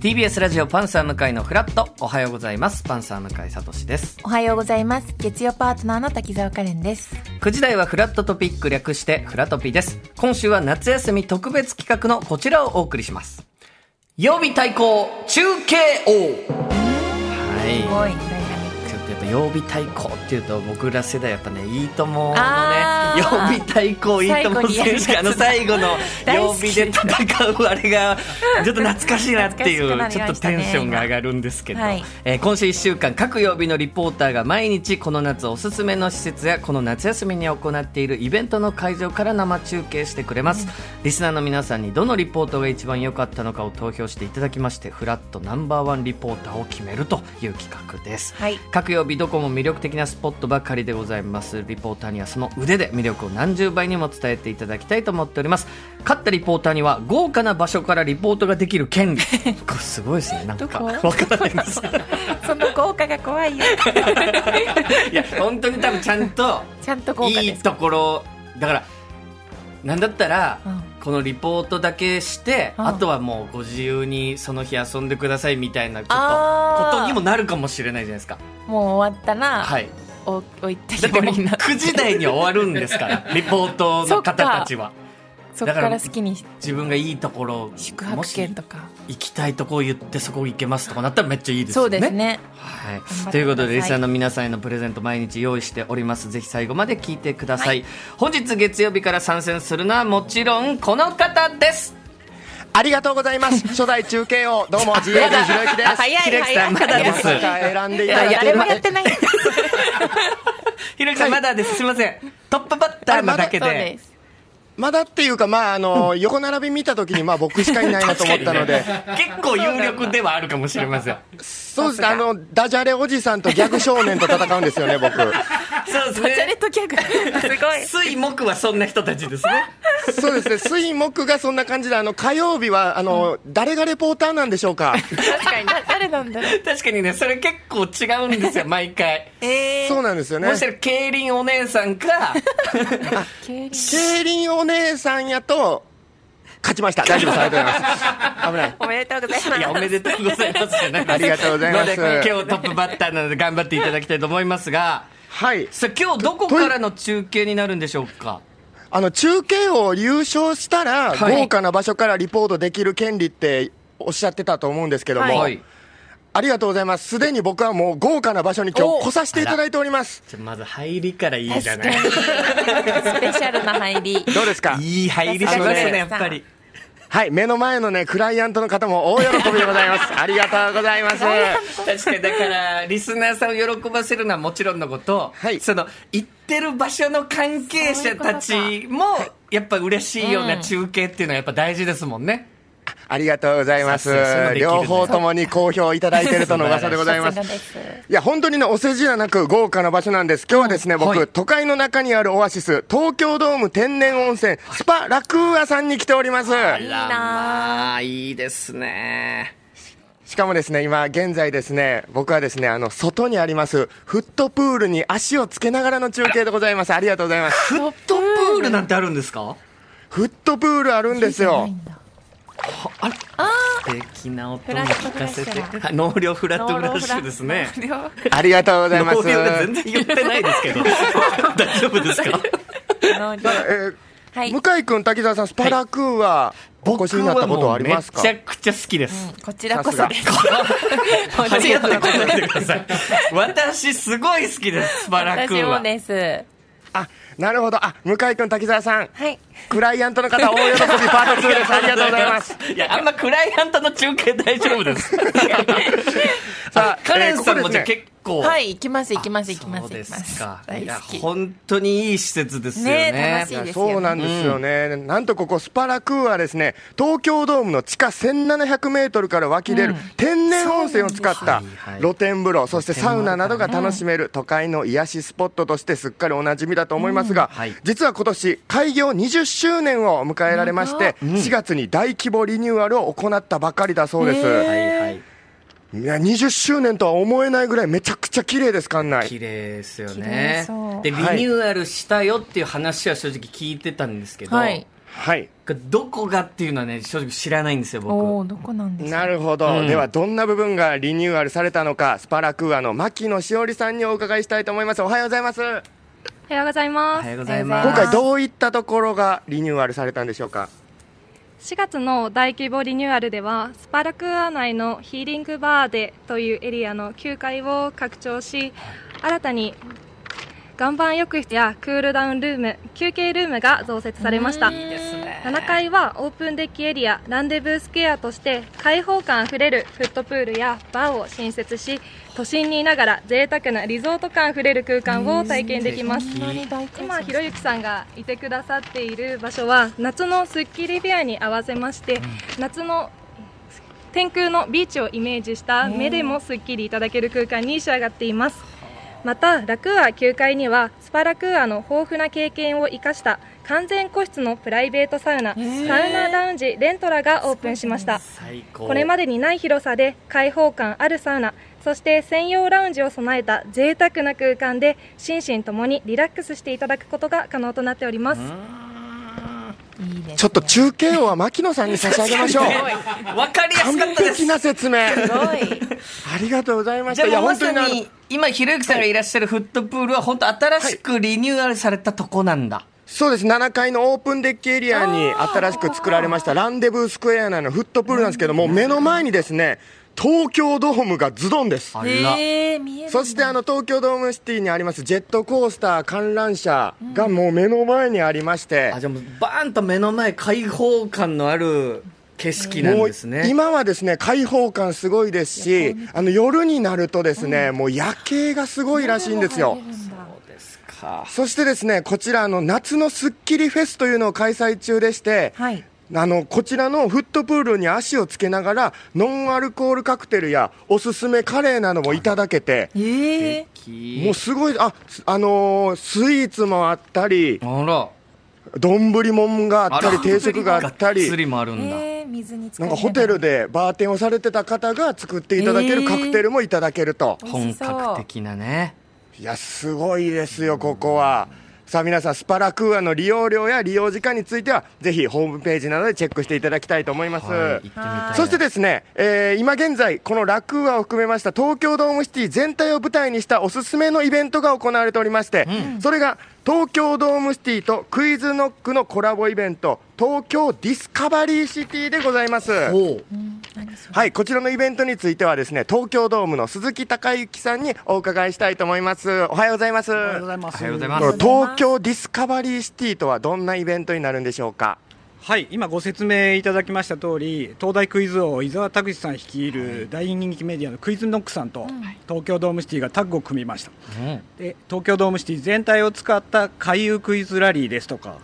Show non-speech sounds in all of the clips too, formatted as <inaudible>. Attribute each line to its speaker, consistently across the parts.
Speaker 1: TBS ラジオパンサー向井のフラットおはようございますパンサー向井聡です
Speaker 2: おはようございます。月曜パートナーの滝沢カレンです。
Speaker 1: 9時台はフラットトピック略してフラトピです今週は夏休み特別企画のこちらをお送りします曜日対抗中継王
Speaker 2: す
Speaker 1: は
Speaker 2: ごいダイナミッ
Speaker 1: いちょっとやっぱ曜日対抗っていうと僕ら世代やったねいいとものね
Speaker 2: あー
Speaker 1: 曜日対抗いいとも選手権あの最
Speaker 2: 最
Speaker 1: 後の
Speaker 2: 大
Speaker 1: 曜
Speaker 2: 好き
Speaker 1: 日で戦うあれがちょっと懐かしいなっていう
Speaker 2: 懐かし
Speaker 1: ちょ
Speaker 2: く
Speaker 1: っと
Speaker 2: なりました
Speaker 1: テ
Speaker 2: ね
Speaker 1: ンションが上がるんですけど、
Speaker 2: はい
Speaker 1: えー今週1週間各曜日のリポーターが毎日この夏おすすめの施設やこの夏休みに行っているイベントの会場から生中継してくれます、リスナーの皆さんにどのリポートが一番良かったのかを投票していただきましてフラットナンバーワンリポーターを決めるという企画です、
Speaker 2: はい
Speaker 1: 各曜日どこも魅力的なスポットばかりでございますリポーターにはその腕で魅力を何十倍にも伝えていただきたいと思っております勝ったリポーターには豪華な場所からリポートができる権利
Speaker 2: <laughs>
Speaker 1: これすごいですねなんか
Speaker 2: どこ
Speaker 1: わからない
Speaker 2: <laughs>
Speaker 1: です
Speaker 2: ク。その豪華が怖いよ。
Speaker 1: いや本当に多分ちゃんと
Speaker 2: <laughs> ちゃんと豪華
Speaker 1: い
Speaker 2: で
Speaker 1: い
Speaker 2: す。
Speaker 1: ところだからなんだったら、
Speaker 2: うん
Speaker 1: このリポートだけして、
Speaker 2: うん
Speaker 1: あとはもうご自由にその日遊んでくださいみたいなちょっと
Speaker 2: あー
Speaker 1: ことにもなるかもしれないじゃないですか
Speaker 2: もう終わったら、
Speaker 1: はい
Speaker 2: お置いて
Speaker 1: だ
Speaker 2: き
Speaker 1: って
Speaker 2: ぼ
Speaker 1: もう
Speaker 2: りになって
Speaker 1: 9時台には終わるんですから <laughs> リポートの方たちは
Speaker 2: そっから好きに
Speaker 1: 自分がいいところ
Speaker 2: 宿泊券とか。
Speaker 1: 行きたいとこを言ってそこ行けますとかなったらめっちゃいいです
Speaker 2: そ
Speaker 1: よ
Speaker 2: う
Speaker 1: ね
Speaker 2: ですね。
Speaker 1: はい
Speaker 2: 張ってくださ、い
Speaker 1: ということでリスナーの皆さんへのプレゼント毎日用意しておりますぜひ最後まで聞いてください、本日月曜日から参戦するのはもちろんこの方です
Speaker 3: ありがとうござい
Speaker 2: <laughs>
Speaker 3: ます。初代中継をどうも GAG ひろゆきです。
Speaker 2: 早い
Speaker 1: ひろゆきさ
Speaker 2: 早
Speaker 1: んま
Speaker 2: い。
Speaker 1: だ
Speaker 3: ま
Speaker 1: です
Speaker 3: さか選んでい
Speaker 2: い
Speaker 3: た
Speaker 2: や
Speaker 3: だけ
Speaker 2: 誰
Speaker 3: る
Speaker 2: もやってない。
Speaker 1: <laughs> ひろゆきさんまだですすいませんトップバッターなだけで,、
Speaker 2: そうです。
Speaker 3: まだっていうか、まあ、
Speaker 2: <laughs>
Speaker 3: あの、横並び見たときに、まあ、僕しかいないなと思ったので、
Speaker 1: 結構有力ではあるかもしれません
Speaker 3: そうですね、あの、ダジャレおじさんとギャグ少年と戦うんですよ
Speaker 2: <laughs>
Speaker 3: ね、僕。
Speaker 1: そうです
Speaker 2: ダジャレ
Speaker 1: ね
Speaker 2: とギャグ。すごい。
Speaker 1: 水木はそんな人たちです
Speaker 3: <laughs>
Speaker 1: ね
Speaker 3: そうですね、水木がそんな感じで、あの、火曜日は、あの、誰がレポーターなんでしょうか。
Speaker 2: 確かに。だ <laughs> 誰なんだろう。
Speaker 1: 確かにねそれ結構違うん
Speaker 3: <laughs>
Speaker 1: ですよ毎回
Speaker 2: え
Speaker 3: そうなんですよね
Speaker 1: も。しかしたら競輪お姉さん
Speaker 3: <laughs>
Speaker 1: か
Speaker 2: ー。
Speaker 3: 競輪お姉さんやと、勝ちました。大丈夫です。ありがとうございます。危ない。
Speaker 2: おめでとうございます。
Speaker 1: いやおめでとうございますじゃないです
Speaker 3: ありがとうございます
Speaker 1: ので今日トップバッターなので頑張っていただきたいと思いますが
Speaker 3: はい。
Speaker 1: さあ今日どこからの中継になるんでしょうか
Speaker 3: あの中継を優勝したら、
Speaker 1: はい
Speaker 3: 豪華な場所からリポートできる権利っておっしゃってたと思うんですけども、
Speaker 1: はい
Speaker 3: ありがとうございます、すでに僕はもう豪華な場所に今
Speaker 2: お
Speaker 3: 日来させていただいております。
Speaker 1: じゃあまず入りからいいじゃ
Speaker 2: 確
Speaker 1: な
Speaker 2: か
Speaker 1: い
Speaker 2: に。スペシャルな入り。
Speaker 3: どうですか
Speaker 1: いい入りします
Speaker 3: あの
Speaker 1: ね
Speaker 3: ね
Speaker 1: やっぱり
Speaker 3: はい、目の前のね、クライアントの方も大喜びでござい
Speaker 1: <laughs>
Speaker 3: ます。ありがとうございます。
Speaker 1: 確かにだからリスナーさんを喜ばせるのはもちろんのこと、
Speaker 3: はい
Speaker 1: その行ってる場所の関係者たちもやっぱ嬉しいような中継っていうのはやっぱ大事ですもんね、
Speaker 3: ありがとうございま。
Speaker 1: さすがそれもですきるね
Speaker 3: 両方ともに好評いただいてるとの噂でございま
Speaker 2: さす
Speaker 3: す
Speaker 2: が。です。
Speaker 3: いや、本当にね、お世辞じゃなく豪華な場所なんです。今日はですね、僕、
Speaker 1: はい
Speaker 3: 都会の中にあるオアシス、東京ドーム天然温泉、スパラクーアさんに来ております。
Speaker 1: い
Speaker 2: なあ
Speaker 1: まあいいですね
Speaker 3: しかもですね、今、現在ですね、僕はですね、あの、外にあります、フットプールに足をつけながらの中継でございます。ありがとうござい
Speaker 1: <laughs>
Speaker 3: ます。
Speaker 1: フットプールなんてあるんですか
Speaker 3: フットプールあるんですよ。
Speaker 1: あら素敵な音を聞かせ
Speaker 2: フ
Speaker 1: て
Speaker 2: ラットフラッシュ
Speaker 1: あ農業フラット
Speaker 2: ノー
Speaker 1: フ
Speaker 2: ロ
Speaker 1: ラ
Speaker 2: ー
Speaker 1: ッシ
Speaker 2: フラ
Speaker 1: ュですね
Speaker 2: ノーロー
Speaker 3: ありがとうござい
Speaker 1: 農
Speaker 3: ま
Speaker 1: 業
Speaker 3: す。
Speaker 1: が全然言ってないですけど <laughs> 大丈夫ですか
Speaker 2: ノーロー
Speaker 3: えー
Speaker 2: はい。
Speaker 3: 向井君、滝沢さん、スパラクーア、お越しになったことはありますか
Speaker 1: 僕はもうめちゃくちゃ好きです、
Speaker 2: こちらこそです。
Speaker 1: <laughs> 初めて答えてください。私、すごい好きです、スパラク
Speaker 2: 私
Speaker 1: ー
Speaker 2: も
Speaker 1: は。
Speaker 2: です。
Speaker 3: あ、なるほど。あ、向井君、滝沢さん、
Speaker 2: はい。
Speaker 3: クライアントの方、大喜びパート2です。ありがとうございます。。
Speaker 1: いや、あんまクライアントの中継大丈夫
Speaker 2: <laughs>
Speaker 1: です。さ
Speaker 3: さあ
Speaker 1: あ、カレンさん
Speaker 3: えーこ
Speaker 1: も
Speaker 3: こ
Speaker 1: じ
Speaker 3: で
Speaker 1: ゃあ
Speaker 3: すね
Speaker 1: 結構。
Speaker 2: はい、行きます、行きます、行きます、
Speaker 1: そう
Speaker 2: 行き
Speaker 1: で
Speaker 2: ますす。
Speaker 1: か。い
Speaker 2: 大
Speaker 1: や、
Speaker 2: 好き。
Speaker 1: 本当にいい施設ですよね。
Speaker 2: ねえ楽しいですよね
Speaker 3: そうなんですよね、なんとここ、スパラクーはですね、東京ドームの地下1700メートルから湧き出る天然温泉を使った
Speaker 1: そうなんですはいはい
Speaker 3: 露天風呂、そしてサウナなどが楽しめる都会の癒しスポットとしてすっかりおなじみだと思いますが
Speaker 1: うんはい、
Speaker 3: 実は今年開業20周年を迎えられまして、4月に大規模リニューアルを行ったばかりだそうです。
Speaker 1: はいはい。
Speaker 3: いや20周年とは思えないぐらい、めちゃくちゃ綺麗です、館内。
Speaker 1: 綺麗ですよ
Speaker 2: 綺麗
Speaker 1: ね
Speaker 2: そ。う
Speaker 1: で、リニューアルしたよっていう話は正直聞いてたんですけど、
Speaker 2: はい
Speaker 3: はい。
Speaker 1: これどこがっていうのはね、正直知らないんですよ、
Speaker 2: お
Speaker 1: 僕。
Speaker 2: おーどこなんですか
Speaker 3: なるほど、
Speaker 1: うん
Speaker 3: ではどんな部分がリニューアルされたのかスパラクーアの牧野しおりさんにお伺いしたいと思いますおはようございます今
Speaker 4: おはようござい
Speaker 1: お
Speaker 4: ま
Speaker 1: はよう
Speaker 4: す。
Speaker 1: ございます。
Speaker 2: 今
Speaker 3: 回どういったところがリニューアルされたんでしょうか
Speaker 4: 4月の大規模リニューアルでは、スパラクーア内のヒーリングバーデというエリアの9階を拡張し、新たに岩盤浴室やクールダウンルーム、休憩ルームが増設されました。
Speaker 2: いいですね
Speaker 4: 7階はオープンデッキエリアランデブースケアとして開放感あふれるフットプールやバーを新設し都心にいながら贅沢なリゾート感あふれる空間を体験できます
Speaker 1: うん
Speaker 2: こんなに大改
Speaker 4: 今
Speaker 2: 造
Speaker 4: ひろゆきさんがいてくださっている場所は夏のスッキリフェアに合わせまして、夏の天空のビーチをイメージした目でもすっきりいただける空間に仕上がっていますまたラクーア9階にはスパラクーアの豊富な経験を生かした完全個室のプライベートサウナサウナラウンジレントラがオープンしました
Speaker 1: 最高。
Speaker 4: これまでにない広さで開放感あるサウナそして専用ラウンジを備えた贅沢な空間で心身ともにリラックスしていただくことが可能となっております
Speaker 2: いいですね
Speaker 3: ちょっと中継をは牧野さんに差し上げ
Speaker 1: <laughs>
Speaker 3: ましょう
Speaker 1: わかりやす
Speaker 3: 完
Speaker 1: かったです
Speaker 3: 璧。な説明あ
Speaker 2: すごい
Speaker 3: りがとうございま
Speaker 1: じ
Speaker 3: した
Speaker 1: ゃあもうま
Speaker 3: 本当
Speaker 1: さ
Speaker 3: にあの
Speaker 1: に今ひろゆきさんがいらっしゃるフットプールは本当新しくリニューアルされたとこなんだ、
Speaker 3: そうです7階のオープンデッキエリアに新しく作られましたランデブースクエア内のフットプールなんですけども目の前にですね東京ドームがズドンです
Speaker 1: あら、
Speaker 2: えー、見えるんだ
Speaker 3: そしてあの東京ドームシティにありますジェットコースター観覧車がもう目の前にありまして
Speaker 1: あ、じゃあもうバーンと目の前開放感のある景色なん
Speaker 3: もう
Speaker 1: ですね
Speaker 3: 今はですね開放感すごいですし、あの夜になるとですね、もう夜景がすごいらしいんですよ。
Speaker 2: 見えるんだ
Speaker 1: そうですか
Speaker 3: そしてですねこちらあの夏のスッキリフェスというのを開催中でして、
Speaker 2: はい
Speaker 3: あのこちらのフットプールに足をつけながらノンアルコールカクテルやおすすめカレーなどもいただけて。
Speaker 2: ええ
Speaker 3: もうすごい、あ、すあのースイーツもあったり、
Speaker 1: あら
Speaker 3: 丼もんがあったり、
Speaker 1: ら
Speaker 3: 定食があった
Speaker 1: がっ
Speaker 3: り
Speaker 1: つ、りもあるんだ、
Speaker 2: えー、水に浸か
Speaker 3: なん
Speaker 2: り
Speaker 3: かホテルでバーテンをされてた方が作っていただけるカクテルもいただけると、
Speaker 2: えー
Speaker 1: 本格的なね
Speaker 3: いや、すごいですよ、ここは。さあ皆さん、スパラクーアの利用料や利用時間については、ぜひホームページなどでチェックしていただきたいと思います。
Speaker 1: はい行ってみたい
Speaker 3: そして
Speaker 1: で
Speaker 3: ですね、えー今現在、このラクーアを含めました東京ドームシティ全体を舞台にしたおすすめのイベントが行われておりまして、それが東京ドームシティとクイズノックのコラボイベント、東京ディスカバリーシティでございます。
Speaker 1: おう
Speaker 2: 何それ
Speaker 3: はい、こちらのイベントについてはですね、東京ドームの鈴木孝之さんにお伺いしたいと思います。おはようございます。
Speaker 5: おはようございます。
Speaker 1: おはようござい
Speaker 3: こ
Speaker 1: ま
Speaker 3: の
Speaker 1: す
Speaker 3: 東京ディスカバリーシティとはどんなイベントになるんでしょうか。
Speaker 5: はい、今ご説明いただきました通り、東大クイズ王伊沢拓司さん率いる大人気メディアのクイズノックさんと東京ドームシティがタッグを組みました。
Speaker 1: うん
Speaker 5: で、東京ドームシティ全体を使った回遊クイズラリーですとか、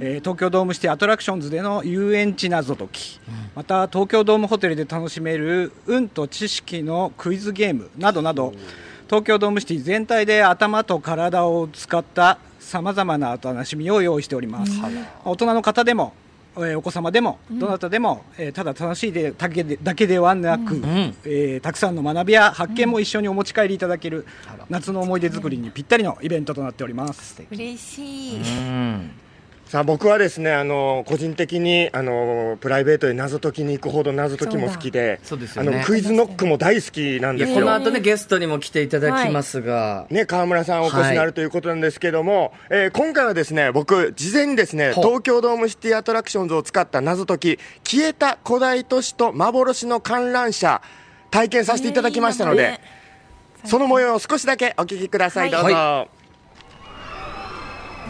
Speaker 5: えー東京ドームシティアトラクションズでの遊園地謎解き、また東京ドームホテルで楽しめる運と知識のクイズゲームなどなど、東京ドームシティ全体で頭と体を使ったさまざまなお楽しみを用意しております。大人の方でもえーお子様でもどなたでも、えーただ楽しいでだけでだけではなく、
Speaker 1: ん
Speaker 5: えーたくさんの学びや発見も一緒にお持ち帰りいただける、夏の思い出作りにぴったりのイベントとなっております。
Speaker 2: 嬉しい、
Speaker 1: うん
Speaker 3: さあ僕はですねあの個人的にあのプライベートで謎解きに行くほど謎解きも好きで
Speaker 1: そうだそうです
Speaker 3: あ
Speaker 1: よね
Speaker 3: のクイズノックも大好きなん
Speaker 1: い
Speaker 3: で
Speaker 1: や
Speaker 3: す
Speaker 1: この
Speaker 3: よ。
Speaker 1: 後ねゲストにも来ていただきますが、
Speaker 3: ね、川村さんお越しにな
Speaker 1: は
Speaker 3: る
Speaker 1: い
Speaker 3: ということなんですけども、えー今回はですね僕事前にですね
Speaker 1: ほう
Speaker 3: 東京ドームシティアトラクションズを使った謎解き消えた古代都市と幻の観覧車体験させていただきましたので、
Speaker 2: ね
Speaker 3: その模様を少しだけお聞きください、
Speaker 2: は
Speaker 3: ど
Speaker 2: いう
Speaker 3: ぞ、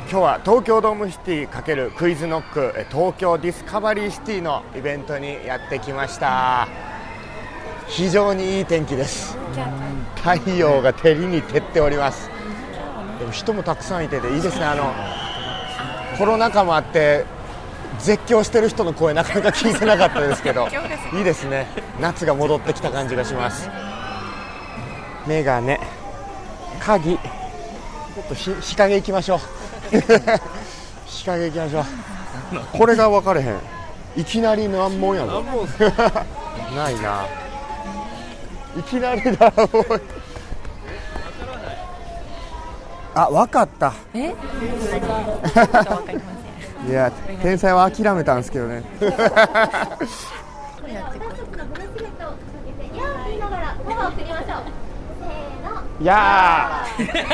Speaker 3: 今日は東京ドームシティ×クイズノックえ東京ディスカバリーシティのイベントにやってきました非常にいい天気です太陽が照りに照っておりますでも人もたくさんいてていいですねあのコロナ禍もあって絶叫してる人の声なかなか聞いてなかったですけどいいですね夏が戻ってきた感じがしますメガネ、鍵、ちょっと日日陰行きましょう。 <laughs> 日陰行きましょう。これが分かれへん。いきなり難問やぞ。 <laughs> ないな。いきなりだ。おい <laughs> あ、分かった。
Speaker 2: え
Speaker 3: いや天才は諦めたんですけどねいやー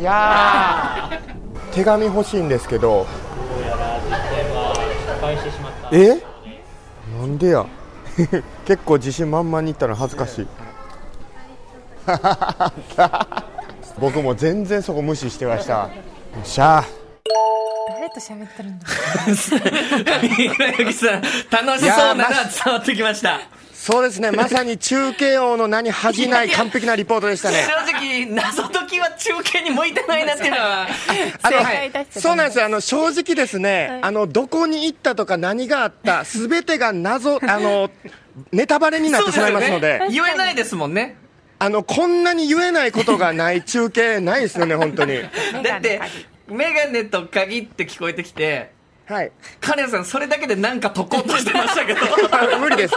Speaker 3: いやー手紙欲しいんですけどえなんでや <laughs> 結構自信満々にいったの恥ずかし <laughs> い僕も全然そこ無視してましたよっしゃー
Speaker 2: 誰と喋ってるんだ
Speaker 1: ひろゆきさん、楽しそうなのは伝わってきました。
Speaker 3: そうですねまさに中継王の名に恥じない完璧なリポートでしたね
Speaker 1: 正直、謎解きは中継に向いてないなっていうのは、
Speaker 3: あの
Speaker 2: 正解出しちゃダメ
Speaker 3: そうなんですよあの正直ですね、あのどこに行ったとか何があったすべてが <laughs> 謎あのネタバレになってしまいますので
Speaker 1: そうすよね言えないですもんね。
Speaker 3: あのこんなに言えないことがない中継ないですよね本当に
Speaker 1: だって、メガネと鍵って聞こえてきて、
Speaker 3: はい
Speaker 1: カレンさん、それだけでなんか解こうとしてましたけど、
Speaker 3: あ無理 <laughs> です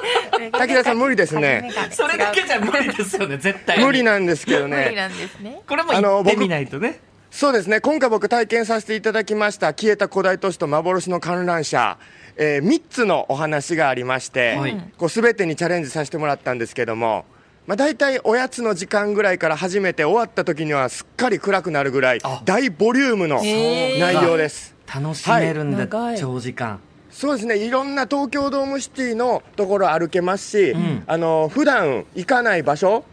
Speaker 3: 滝田さん無理ですね
Speaker 1: それだけじゃ無理ですよね、絶対に。
Speaker 3: 無理なんですけど
Speaker 2: 無理な
Speaker 3: ね
Speaker 2: んですね
Speaker 1: これも行ってみないとね。
Speaker 3: そうですね今回僕体験させていただきました消えた古代都市と幻の観覧車、え3つのお話がありまして、
Speaker 1: はい
Speaker 3: こう全てにチャレンジさせてもらったんですけども、まあ、大体おやつの時間ぐらいから始めて終わった時にはすっかり暗くなるぐらい
Speaker 1: あ
Speaker 3: 大ボリュームの内容です。
Speaker 1: 楽しめるん
Speaker 2: は
Speaker 1: だ、
Speaker 2: い長い
Speaker 1: 長時間。
Speaker 3: そうですねいろんな東京ドームシティのところ歩けますし、
Speaker 1: ん
Speaker 3: あの普段行かない場所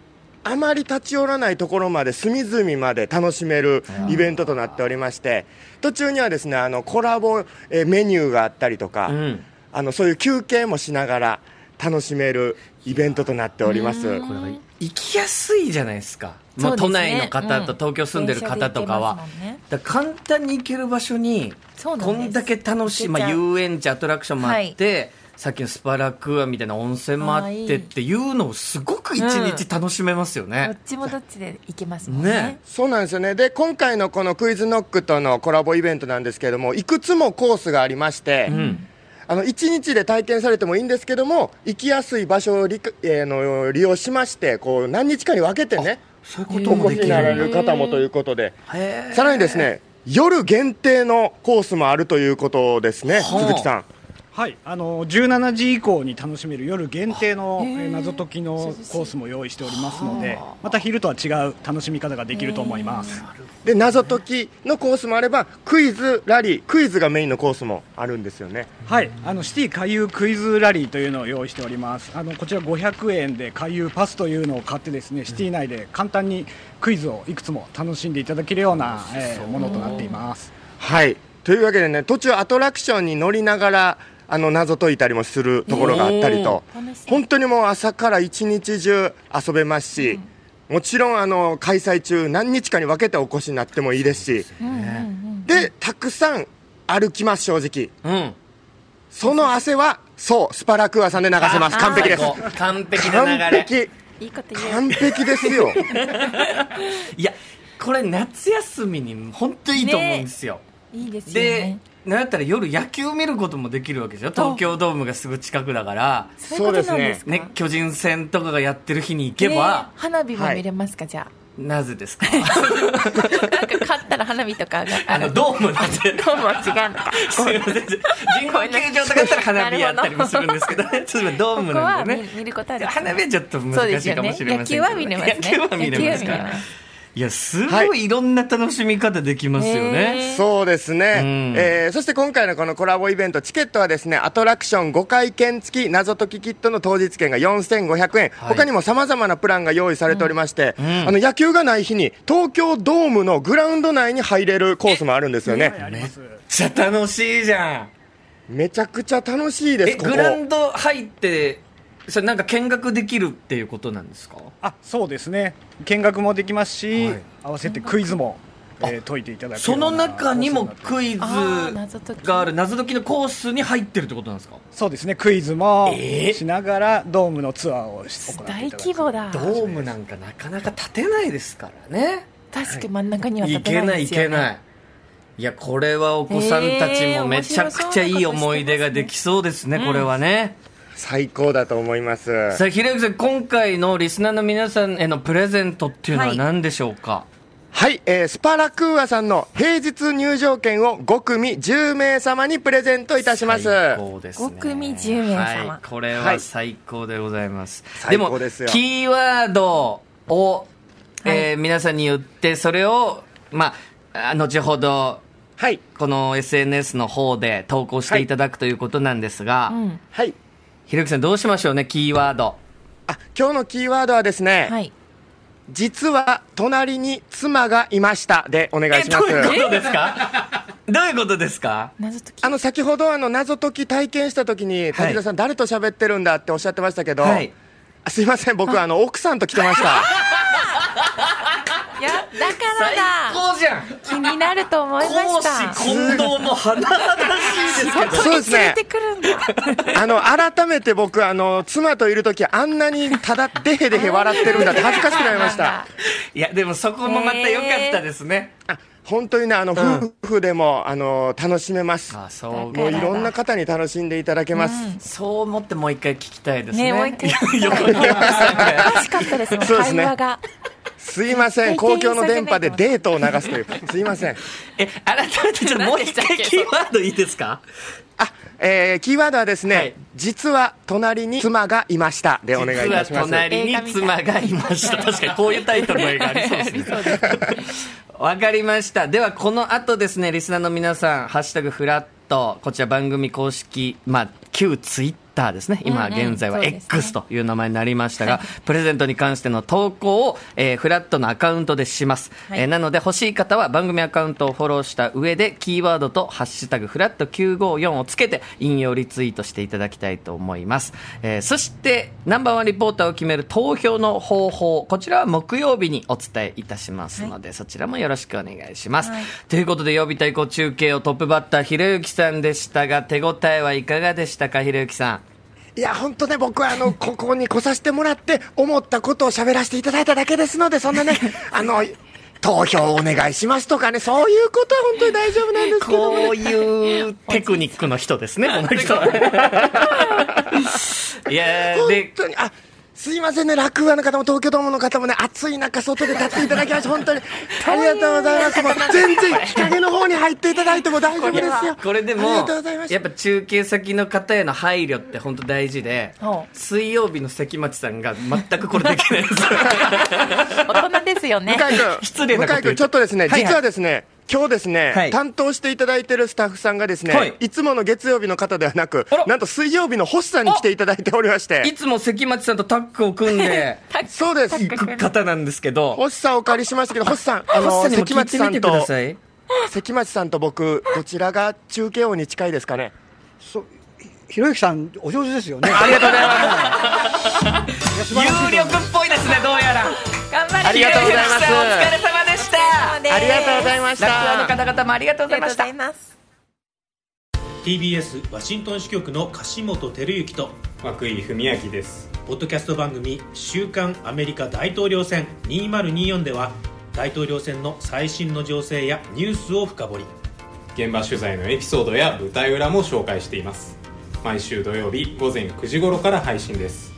Speaker 3: あまり立ち寄らないところまで隅々まで楽しめるイベントとなっておりまして途中にはですねあのコラボえーメニューがあったりとか、
Speaker 1: うん
Speaker 3: あのそういう休憩もしながら楽しめるイベントとなっております。
Speaker 1: これが行きやすいじゃないですか、まあ
Speaker 2: そうです
Speaker 1: 都
Speaker 2: ね
Speaker 1: 内の方と
Speaker 2: うん
Speaker 1: 東京住んでる方とかは
Speaker 2: 電車で行けますもんね、
Speaker 1: だから簡単に行ける場所に
Speaker 2: そうなん
Speaker 1: こ
Speaker 2: です
Speaker 1: んだけ楽しい、まあ、
Speaker 2: 行けちゃう
Speaker 1: 遊園地アトラクションもあって、さっきのスパラクーアみたいな温泉もあっ
Speaker 2: あーい
Speaker 1: て
Speaker 2: い
Speaker 1: っていうのをすごく一日楽しめますよ
Speaker 2: どっ
Speaker 1: ね、
Speaker 2: ちもどっちで行けますもん
Speaker 1: ね
Speaker 2: ね
Speaker 3: そうなんですよねで今回のこのクイズノックとのコラボイベントなんですけどもいくつもコースがありまして、
Speaker 1: うん
Speaker 3: あの1日で体験されてもいいんですけども行きやすい場所を利,、えーの利用しましてこう何日かに分けてね
Speaker 1: そういう
Speaker 3: お
Speaker 1: こともで
Speaker 3: 越し
Speaker 1: きる
Speaker 3: になられる方もということで
Speaker 1: へー
Speaker 3: さらにですね夜限定のコースもあるということですね
Speaker 1: はあ
Speaker 3: 鈴木さん
Speaker 5: はい、あの17時以降に楽しめる夜限定のえー謎解きのコースも用意しておりますのでまた昼とは違う楽しみ方ができると思います
Speaker 3: で謎解きのコースもあればクイズラリークイズがメインのコースもあるんですよね
Speaker 5: はいあのシティ回遊クイズラリーというのを用意しておりますあのこちら500円で回遊パスというのを買ってですねシティ内で簡単にクイズをいくつも楽しんでいただけるような、えーものとなっています
Speaker 3: はいというわけでね途中アトラクションに乗りながらあの謎解いたりもするところがあったりと
Speaker 2: おー楽しそう
Speaker 3: 本当にもう朝から一日中遊べますし、もちろんあの開催中何日かに分けてお越しになってもいいですしでたくさん歩きます正直
Speaker 1: うん
Speaker 3: その汗はそうスパラクーアさんで流せます完璧です
Speaker 1: 最高完璧
Speaker 3: 完
Speaker 1: な流れ
Speaker 3: 璧
Speaker 2: いいこと言う
Speaker 3: 完璧ですよ
Speaker 1: いやこれ夏休みに本当にいいと思うんですよ、
Speaker 2: いいですよ
Speaker 1: で
Speaker 2: ね、
Speaker 1: なんやったら夜野球見ることもできるわけですよ。東京ドームがすぐ近くだから、
Speaker 2: <laughs> そういうことなんですか
Speaker 1: ね、巨人戦とかがやってる日に行けば
Speaker 2: ね、花火も見れますか、じゃ
Speaker 1: なぜですか <laughs>
Speaker 2: あなんか勝ったら花火とかが
Speaker 1: あ
Speaker 2: あ
Speaker 1: の、
Speaker 2: る
Speaker 1: ドームなんて。
Speaker 2: どうも違うのか
Speaker 1: <laughs> すいません。人工球場とかだったら花火やったりもするんですけどね。ちょっとドー
Speaker 2: こ
Speaker 1: ム
Speaker 2: こ
Speaker 1: な
Speaker 2: は
Speaker 1: んで
Speaker 2: 見
Speaker 1: ね。
Speaker 2: 見ることはできない
Speaker 1: 花火はちょっと
Speaker 2: そう
Speaker 1: 難
Speaker 2: で
Speaker 1: し
Speaker 2: す
Speaker 1: いか
Speaker 2: よ
Speaker 1: も
Speaker 2: ね
Speaker 1: しれませんけど、
Speaker 2: 野球は見れますね
Speaker 1: 野球は見れますか
Speaker 2: 野球は見れ
Speaker 1: ら
Speaker 2: ま。
Speaker 1: いや、すごいいろんな楽しみ方できますよね。
Speaker 3: そうですね、
Speaker 1: うん
Speaker 3: えーそして今回のこのコラボイベントチケットはですねアトラクション5回券付き謎解きキットの当日券が4500円、
Speaker 1: はい
Speaker 3: 他にもさまざまなプランが用意されておりまして、
Speaker 1: ん
Speaker 3: あの野球がない日に東京ドームのグラウンド内に入れるコースもあるんですよね
Speaker 5: あります
Speaker 1: じゃ楽しいじゃん。
Speaker 3: めちゃくちゃ楽しいで
Speaker 1: え
Speaker 3: すここ
Speaker 1: グラウンド入ってそれなんか見学できるっていうことなんですか
Speaker 5: あそうですね見学もできますし、
Speaker 1: はい
Speaker 5: 合わせてクイズも、えー解いていただくよ
Speaker 1: そう
Speaker 5: な
Speaker 1: の中にも
Speaker 5: コースなっ
Speaker 1: クイズ
Speaker 2: あ
Speaker 5: て
Speaker 2: ー謎解き
Speaker 1: がある謎解きのコースに入ってるってことなんですか
Speaker 5: そうですねクイズも
Speaker 1: えー
Speaker 5: しながらドームのツアーをし行って
Speaker 2: 大
Speaker 5: いただ
Speaker 2: 規
Speaker 5: く
Speaker 2: 模だ
Speaker 1: ドームなんかなかなか立てないですからね
Speaker 2: 確か真ん中にはい立
Speaker 1: け
Speaker 2: て
Speaker 1: ない
Speaker 2: ないで
Speaker 1: い
Speaker 2: すよ、ね、
Speaker 1: けないいやこれはお子さんたちもめちゃくちゃいい思い出ができそうですね、これはね、
Speaker 3: 最高だと思います
Speaker 1: さあひろゆきさん今回のリスナーの皆さんへのプレゼントっていうのは
Speaker 6: はい
Speaker 1: 何でしょうか、
Speaker 3: はい、えースパラクーアさんの平日入場券を5組10名様にプレゼントいたします。
Speaker 1: 最高ですね
Speaker 2: 5組10名様
Speaker 1: はい、これは最高でございます、
Speaker 3: 最高ですよ
Speaker 1: もキーワードを、えー皆さんに言ってそれをまああ後ほど
Speaker 3: はい、
Speaker 1: この SNS の方で投稿していただくということなんですが、
Speaker 2: うん。
Speaker 3: はい。
Speaker 1: ひろゆきさんどうしましょうねキーワード
Speaker 3: あ、今日のキーワードはですね、
Speaker 2: はい。
Speaker 3: 実は隣に妻がいましたでお願いします。
Speaker 1: どういうことですかどういうことですか
Speaker 2: 謎解き。
Speaker 3: あの先ほどあの謎解き体験した時に滝田さん、誰と喋ってるんだっておっしゃってましたけど、
Speaker 1: はい
Speaker 3: あすいません僕あの奥さんと来て
Speaker 1: <laughs>
Speaker 3: ました
Speaker 2: いや、だから
Speaker 1: 最
Speaker 2: だ
Speaker 1: 高じゃん
Speaker 2: 気になると思いま
Speaker 1: 講
Speaker 2: し
Speaker 1: 師
Speaker 2: た。
Speaker 1: 近藤の華々しいですけど
Speaker 3: そ
Speaker 2: 本
Speaker 3: うで
Speaker 2: 当
Speaker 3: す
Speaker 2: に連れ
Speaker 3: ね
Speaker 2: てくるんだ。
Speaker 3: あの改めて僕あの妻といる時あんなにただでへでへ笑ってるんだって恥ずかしくなり
Speaker 1: <laughs>
Speaker 3: ました
Speaker 1: いやでもそこもまた良かったですね、
Speaker 3: あ本当にねあの夫婦でも、あの楽しめます
Speaker 1: あそう
Speaker 2: だ
Speaker 3: も
Speaker 2: か
Speaker 3: ういろんな方に楽しんでいただけます、
Speaker 1: そう思ってもう一回聞きたいですね
Speaker 2: ねもう一回聞きた
Speaker 1: <laughs>
Speaker 2: い
Speaker 1: 横にいましたんで
Speaker 2: 楽しかったですもん、
Speaker 3: そうですね
Speaker 2: 会話が。
Speaker 3: すいま
Speaker 2: 絶
Speaker 3: せん
Speaker 2: 対
Speaker 3: 公共の電波で
Speaker 2: 敬
Speaker 3: デートを流すというすいません
Speaker 1: え改めてちょっともう一回キーワードいいですか
Speaker 3: あ、えー、キーワードはですね、
Speaker 1: はい
Speaker 3: 実は隣に妻がいましたでお願いいたし
Speaker 1: 実
Speaker 3: ま
Speaker 1: は
Speaker 3: す。
Speaker 1: 隣に妻がいました <laughs> 確かにこういうタイトルの映画ありそうですねわかりましたではこの後ですねリスナーの皆さん「ハッシュタグフラット」こちら番組公式、まあ、旧ツイッターですね今
Speaker 2: うんうん
Speaker 1: 現在は
Speaker 2: そうですね
Speaker 1: X という名前になりましたが、プレゼントに関しての投稿を、えーフラットのアカウントでします、
Speaker 2: はい
Speaker 1: えーなので欲しい方は番組アカウントをフォローした上でキーワードと「ハッシュタグフラット954」をつけて引用リツイートしていただきたいと思います、えーそしてナンバーワンリポーターを決める投票の方法こちらは木曜日にお伝えいたしますので、そちらもよろしくお願いします、
Speaker 2: はい
Speaker 1: ということで曜日対抗中継をトップバッターひろゆきさんでしたが手応えはいかがでしたかひろゆきさん
Speaker 3: いや、本当ね、僕はあの、 <laughs> ここに来させてもらって、思ったことを喋らせていただいただけですので、そん
Speaker 1: <laughs>
Speaker 3: なね、あの、投票お願いしますとかね、そういうことは本当に大丈夫なんですけども、
Speaker 1: こ
Speaker 3: ね。
Speaker 1: ういうテクニックの人ですね、この人 <laughs> は。いやー
Speaker 3: 本
Speaker 1: で、
Speaker 3: 当に、あ、すいませんね、楽屋の方も東京ドームの方もね、暑い中、外で立っていただきまして、本
Speaker 1: <laughs>
Speaker 3: 当に、ありがとうございます。もう全然、日陰の方に入っていただいても大丈夫ですよ。
Speaker 1: これでも
Speaker 3: ありがとうございま、した
Speaker 1: やっぱ中継先の方への配慮って本当大事で
Speaker 2: ほ、う
Speaker 1: 水曜日の関町さんが全くこれできない <laughs> です。
Speaker 2: 大人ですよね。
Speaker 3: 向井君
Speaker 1: <laughs> 失礼なこと言う
Speaker 3: 向井君ちょっとですね、
Speaker 1: はいはい
Speaker 3: 実はですね今日ですね、
Speaker 1: はい
Speaker 3: 担当していただいてるスタッフさんがですね、
Speaker 1: はい
Speaker 3: い、つもの月曜日の方ではなく
Speaker 1: あら
Speaker 3: なんと水曜日の星さんに来ていただいておりまし
Speaker 1: い
Speaker 3: て
Speaker 1: つも関町さんとタッグを組ん <laughs> で
Speaker 3: そうです
Speaker 1: 行く方なんですけど、
Speaker 3: 星さんお借りしましたけど星さんあ
Speaker 1: 星
Speaker 3: の
Speaker 1: さんにも聞
Speaker 3: 関
Speaker 1: い
Speaker 3: 町
Speaker 1: て
Speaker 3: さ
Speaker 1: みて
Speaker 3: ん
Speaker 1: くだ
Speaker 3: と
Speaker 1: さ <laughs> い。
Speaker 3: 関町さんと僕どちらが中継王に近いですかね
Speaker 5: そうひろゆきさんお上手ですよね。
Speaker 3: ありがとうございます
Speaker 1: <laughs> 有力っぽいですね、どうやら。
Speaker 2: 頑張れ。
Speaker 3: ありがとうございま
Speaker 1: ひろ
Speaker 3: す
Speaker 1: ゆきさんお疲れ様でした。
Speaker 3: ありがとうございまし
Speaker 1: ラクアの
Speaker 3: た
Speaker 1: 方々もありがとう
Speaker 2: あ
Speaker 1: ござ
Speaker 2: り
Speaker 1: い
Speaker 2: が
Speaker 1: ま
Speaker 2: とうご
Speaker 1: し
Speaker 2: ざ
Speaker 1: た
Speaker 2: い。ます。
Speaker 6: TBS ワシントン支局の樫本照之と
Speaker 7: 和久井文明です
Speaker 6: ポッドキャスト番組「週刊アメリカ大統領選2024」では大統領選の最新の情勢やニュースを深掘り
Speaker 7: 現場取材のエピソードや舞台裏も紹介しています毎週土曜日午前9時頃から配信です